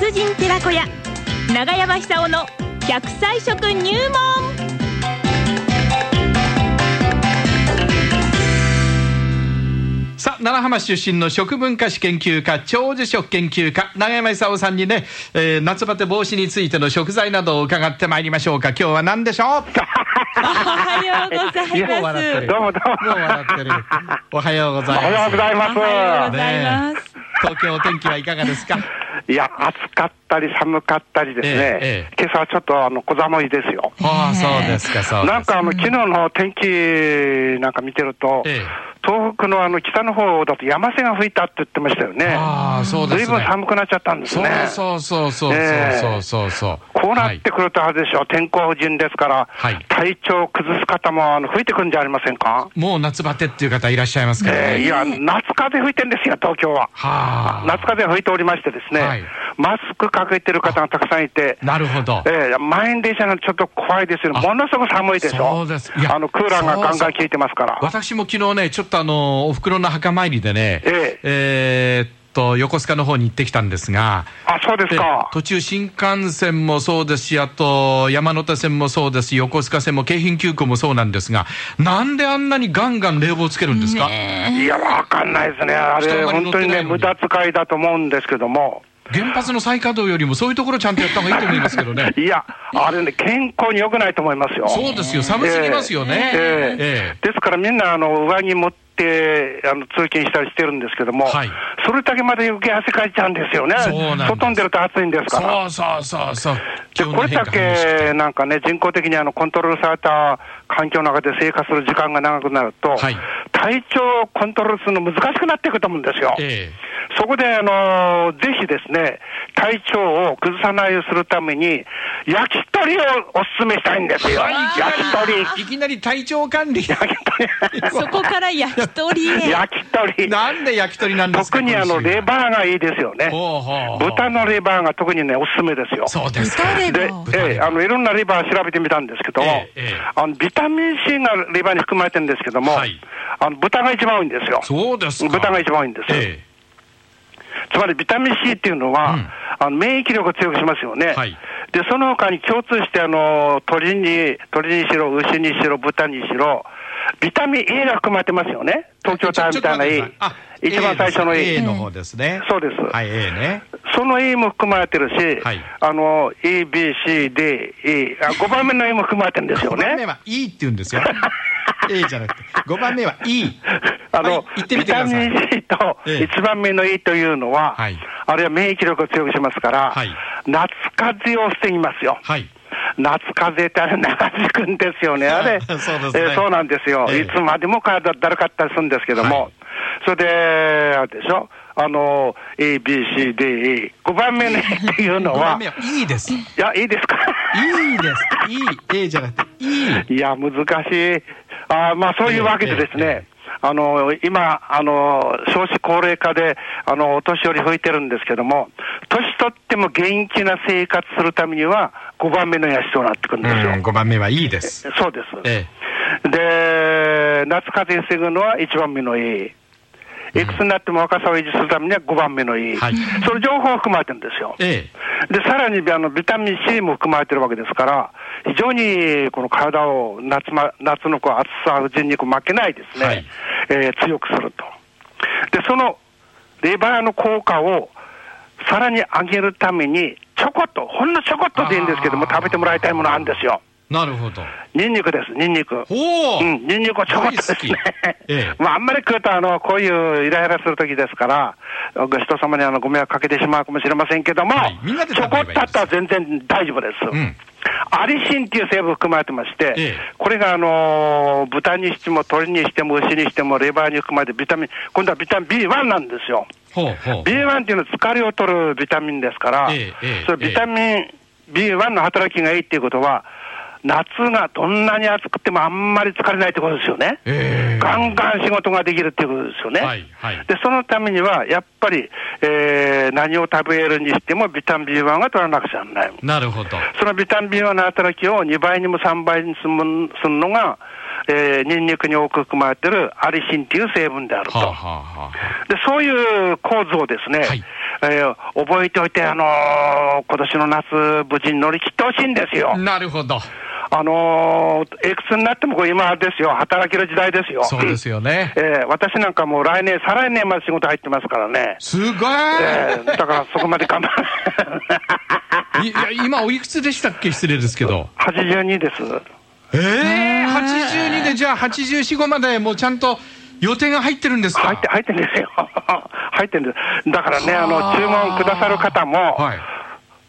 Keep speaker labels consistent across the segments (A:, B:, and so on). A: 小屋長山久夫の100歳食入門
B: さあ、奈良浜市出身の食文化史研究家、長寿食研究家、永山勲さんにね、えー夏バテ防止についての食材などを伺ってまいりましょうか。今日は何でしょう
A: おはようござ
B: も
A: い
B: う
A: ます
B: 笑ってる。
A: お
B: も
A: は
B: う
A: よ
B: 笑ってる。おはようござい
C: お
B: ます。
C: はようございます。
A: うございます、
B: 東京お天気はいかがですか
C: いや、暑かったり寒かったりですね。
B: えええ
C: 今朝はちょっとあの小寒いですよ。
B: ああ、そうですか、そうです
C: なんかあの昨日の天気なんか見てると、
B: ええ
C: 東北のあの北の方だと山瀬が吹いたって言ってましたよね。
B: ああ、そうです
C: ず
B: ね。
C: いぶん寒くなっちゃったんですね。
B: そうそうそうそう
C: ええ
B: そうそうそう。
C: こうなってくるとあれでしょう、天候不順ですから、
B: はい
C: 体調を崩す方もあの吹いてくんじゃありませんか、
B: もう夏バテっていう方いらっしゃいますから
C: ええ
B: ね。
C: いや、夏風吹いてんですよ、東京は。
B: はあ。
C: 夏風吹いておりましてですね、
B: はい
C: マスクかけてる方がたくさんいて、
B: なるほど。
C: ええ、満員電車なんてちょっと怖いですよね、
B: あ
C: ものすごく寒いでしょ、
B: そうですいや
C: あのクーラーがガンガン効いてますから、
B: 私も昨日ね、ちょっとあの、お袋の墓参りでね、
C: ええ
B: えーっと、横須賀の方に行ってきたんですが、
C: あそうです
B: で
C: か、
B: 途中新幹線もそうですし、あと山手線もそうですし、横須賀線も京浜急行もそうなんですが、なんであんなにガンガン冷房つけるんですか、
C: いや、わかんないですね、あ
B: 人
C: れ、
B: が乗ってないのに
C: 本当にね、無駄遣いだと思うんですけども、。
B: 原発の再稼働よりもそういうところちゃんとやった方がいいと思いますけどね
C: いや、あれね、健康に良くないと思いますよ。
B: そうですよ、寒すぎますよね。
C: ええ
B: ええ
C: ですからみんなあの上着持ってあの通勤したりしてるんですけども、
B: はい
C: それだけまで余計汗かいちゃうんですよね
B: そうなんです、
C: 外に出ると暑いんですから。
B: そうそうそうそう。
C: でこれだけなんかね、人工的にあのコントロールされた環境の中で生活する時間が長くなると、
B: はい
C: 体調をコントロールするの難しくなっていくと思うんですよ。
B: え
C: そこで、あのぜひですね、体調を崩さないようにするために、焼き鳥をお勧めしたいんですよ。焼き鳥。
B: え。いきなり体調管理。
A: そこから焼き鳥へ
C: 焼き 鳥。
B: なんで焼き鳥なんですか
C: 特にあの、レ
B: ー。
C: バーがいいですよね。
B: ほうほうほう
C: 豚のレバーが特にね、おすすめですよ。
B: そうですか。
A: 豚レバ
C: で
A: ー、
B: 豚レバー
C: ええあのいろんなレバー調べてみたんですけど、
B: ええええ
C: あのビタミン C がレバーに含まれてるんですけども、
B: はい
C: あの豚が一番多いんですよ。
B: そうですか。
C: 豚が一番多いんですよ。
B: え
C: つまりビタミン C っていうのは、
B: うん
C: あの免疫力を強くしますよね。
B: はい
C: で、その他に共通して、あの、鳥に、鳥にしろ、牛にしろ、豚にしろ、ビタミン A が含まれてますよね。東京タワーみたいな A
B: ちょちょっと待ってくださいあ。
C: 一番最初の
B: A
C: A。
B: の方ですね。
C: そうです
B: はい、A ね。
C: その A も含まれてるし、
B: はい
C: あの、A、B、C、D、E、あ5番目の A も含まれてるんですよ
B: 5番目
C: ね。
B: は E って言うんですよ。A じゃなくて。5番目は E。
C: あの、
B: はい言ってみてください
C: ビタミン C と
B: ええ
C: 1番目の E というのは、
B: はい
C: あるいは免疫力を強くしますから、
B: はい
C: 夏風邪を防ぎますよ。
B: はい。
C: 夏風邪ってあれ、長引くんですよね、あ れ。
B: そうですね
C: えーそうなんですよ。
B: ええ
C: いつまでも体だるかったりするんですけども、
B: はい
C: それで、あれでしょ、あの、A、B、C、D、E、5番目の E っていうの
B: 5
C: は
B: 番目、は E です。E
C: いや、いいですか
B: です。E。A じゃなくて E。
C: いや、難しい。あーまあ、そういうわけでです
B: え
C: ね、
B: ええ
C: あの、今、あの、少子高齢化で、あの、お年寄り増えてるんですけども、年取っても元気な生活するためには、5番目のやしとなってくるん
B: う
C: で
B: ん
C: すよ。、
B: 5番目は E です。
C: そうです。
B: え
C: で、夏風邪防ぐのは1番目のいい。いくつになっても若さを維持するためには5番目のいい。
B: はい
C: その情報が含まれてるんですよ。
B: え
C: で、さらにあのビタミン C も含まれてるわけですから、非常にこの体を夏,、ま、夏のこう暑さ、夫人にこう負けないですね、
B: はい
C: えー強くすると。で、そのレバーの効果をさらに上げるために、ちょこっと、ほんのちょこっとでいいんですけども
B: あ、ー
C: 食べてもらいたいものあるんですよ。
B: なるほど。
C: ニンニクです、ニンニク。
B: ほう、
C: うん、ニンニクをちょこっとです
B: 大
C: ね
B: 好きええ、
C: まあ、あんまり食うとあの、こういうイライラする時ですから、ご人様にあのご迷惑かけてしまうかもしれませんけども、
B: はいみんなで
C: ち
B: 食
C: ょ
B: べ
C: こ
B: ればい
C: っ
B: い
C: とあったら全然大丈夫です。
B: うん
C: アリシンっていう成分含まれてまして、
B: ええ
C: これがあのー豚にしても鶏にしても牛にしてもレバーに含まれてビタミン、今度はビタミン B1 なんですよ。
B: ほうほう。
C: B1 っていうのは疲れを取るビタミンですから、
B: ええええ
C: それビタミン B1 の働きがいいっていうことは、夏がどんなに暑くてもあんまり疲れないってことですよね。
B: ええ
C: ガンガン仕事ができるっていうことですよね。
B: はいはい
C: で、そのためには、やっぱり、えー何を食べるにしてもビタミン B1 が取らなくちゃならない。
B: なるほど。
C: そのビタミン B1 の働きを2倍にも3倍にすむするのが、えー、ニンニクに多く含まれてるアリシンっていう成分であると。
B: はあ、はあはあ、
C: で、そういう構図をですね、
B: はい
C: ええー覚えておいて、あのー今年の夏、無事に乗り切ってほしいんですよ。
B: なるほど。
C: あのーいくつになってもこれ今ですよ、働ける時代ですよ。
B: そうですよね
C: え。ー私なんかもう来年、再来年まで仕事入ってますからね。
B: すごい、
C: えーだからそこまで頑張る。
B: いいや、今おいくつでしたっけ失礼ですけど。
C: 82です。
B: ええー、82で、じゃあ84、5までもうちゃんと予定が入ってるんですか
C: 入って、入ってんですよ。 入ってんです。だからね、あの、注文くださる方も、
B: はい。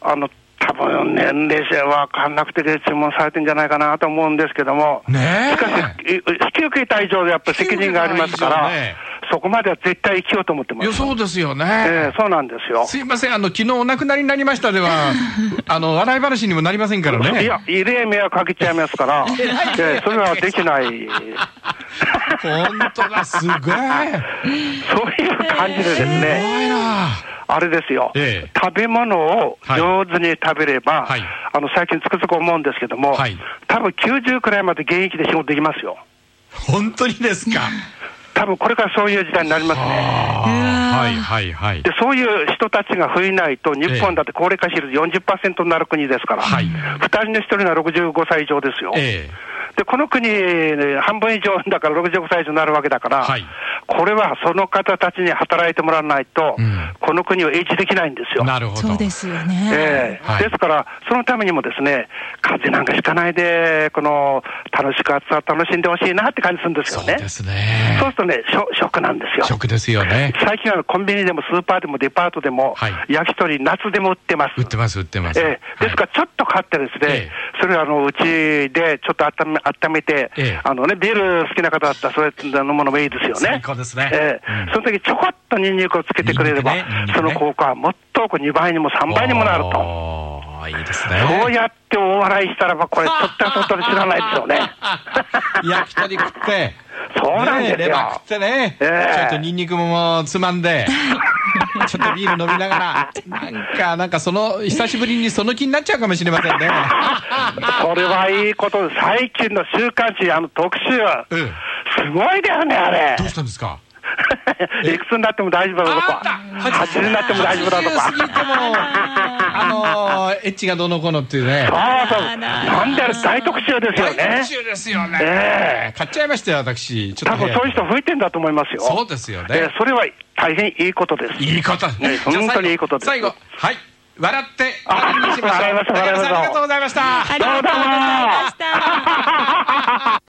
C: あの、多分年齢者わかんなくて注文されてんじゃないかなと思うんですけども。
B: ねえ
C: しかし、い引き受けた以上でやっぱり責任がありま
B: 引き
C: すか
B: 受けた以上
C: ら、
B: ね
C: そこまでは絶対生きようと思ってま
B: い
C: す。
B: や、そうですよね。
C: ええそうなんですよ。
B: すいません、あの、昨日お亡くなりになりましたで は、あの、笑い話にもなりませんからね。
C: いや、異例迷惑かけ ちゃいますから、ええそれはできない、そういう
B: 本当だ、すごい。すごい
C: 感じでですね、
B: な。
C: あれですよ、
B: ええ
C: 食べ物を上手に食べれば、
B: はい
C: あの最近つくづく思うんですけども、
B: はい
C: 多分90くらいまで現役で仕事できますよ。
B: 本当にですか。
C: 多分これからそういう時代になりますね。
B: あーはいはいはい
C: で。そういう人たちが増えないと、日
B: ええ
C: 本だって高齢化比率40%になる国ですから、
B: はい
C: 2人の1人が65歳以上ですよ。
B: ええ
C: で、この国、半分以上だから65歳以上になるわけだから、
B: はい
C: これはその方たちに働いてもらわないと、
B: うん
C: この国を維持できないんですよ。
B: なるほど。
D: そうですよね。
C: ええ
B: はい
C: ですから、そのためにもですね、風邪なんかひかないで、この楽しく暑さを楽しんでほしいなって感じするんですよ
B: そう
C: ね。
B: ですね
C: そう。するとね、食食なんですよ。
B: 食ですよね。
C: 最近はコンビニでもスーパーでもデパートでも、
B: はい
C: 焼き鳥、夏でも売ってます。
B: 売ってます売ってます。
C: ええですから、ちょっと買ってですね、
B: ええ
C: それをあのうちでちょっと温め温めて、
B: ええ
C: あのね、ビール好きな方だったら、それ飲むのもいいですよね。
B: 最高ですね
C: ええ
B: うん
C: その時ちょこっとニンニクをつけてくれれば、
B: ニンニクねニンニクね
C: その効果はもっとこう2倍にも3倍にもなると。
B: おーいいですね。
C: そうやって大笑いしたらば、これ、ちょっとちょっと知らないで すよね。
B: 焼き鳥食って。
C: そうなんですよ
B: ねレバー食ってね。
C: ええ
B: ちょっとニンニクももうつまんで。 ちょっとビール飲みながら。なんか、なんかその、久しぶりにその気になっちゃうかもしれませ んね。
C: それはいいことで、最近の週刊誌、あの特集、
B: うん
C: すごいですね、あれ。
B: どうしたんですか
C: いくつになっても大丈夫だとか、8になっても大丈夫だとか。
B: 80過ぎても、あのー、エッチがどうのこうのっていうね。
C: ああ、そう。なんであれ大特集ですよね
B: 大。集ですよ
C: え
B: ね。買っちゃいましたよ、私。ちょっ
C: 多
B: と
C: 分
B: 早
C: そういう人増えてんだと思いますよ。
B: そうですよね
C: えーそれは大変いいことです。
B: いいこと。
C: ね
B: じゃあ最後
C: 本当にいいことです。
B: 最後。はい。笑って、笑いにしましょう。
C: 笑いましょう笑いまし
B: 竹山
C: ょう
B: さんありがとうございました。
A: ありがとうございました。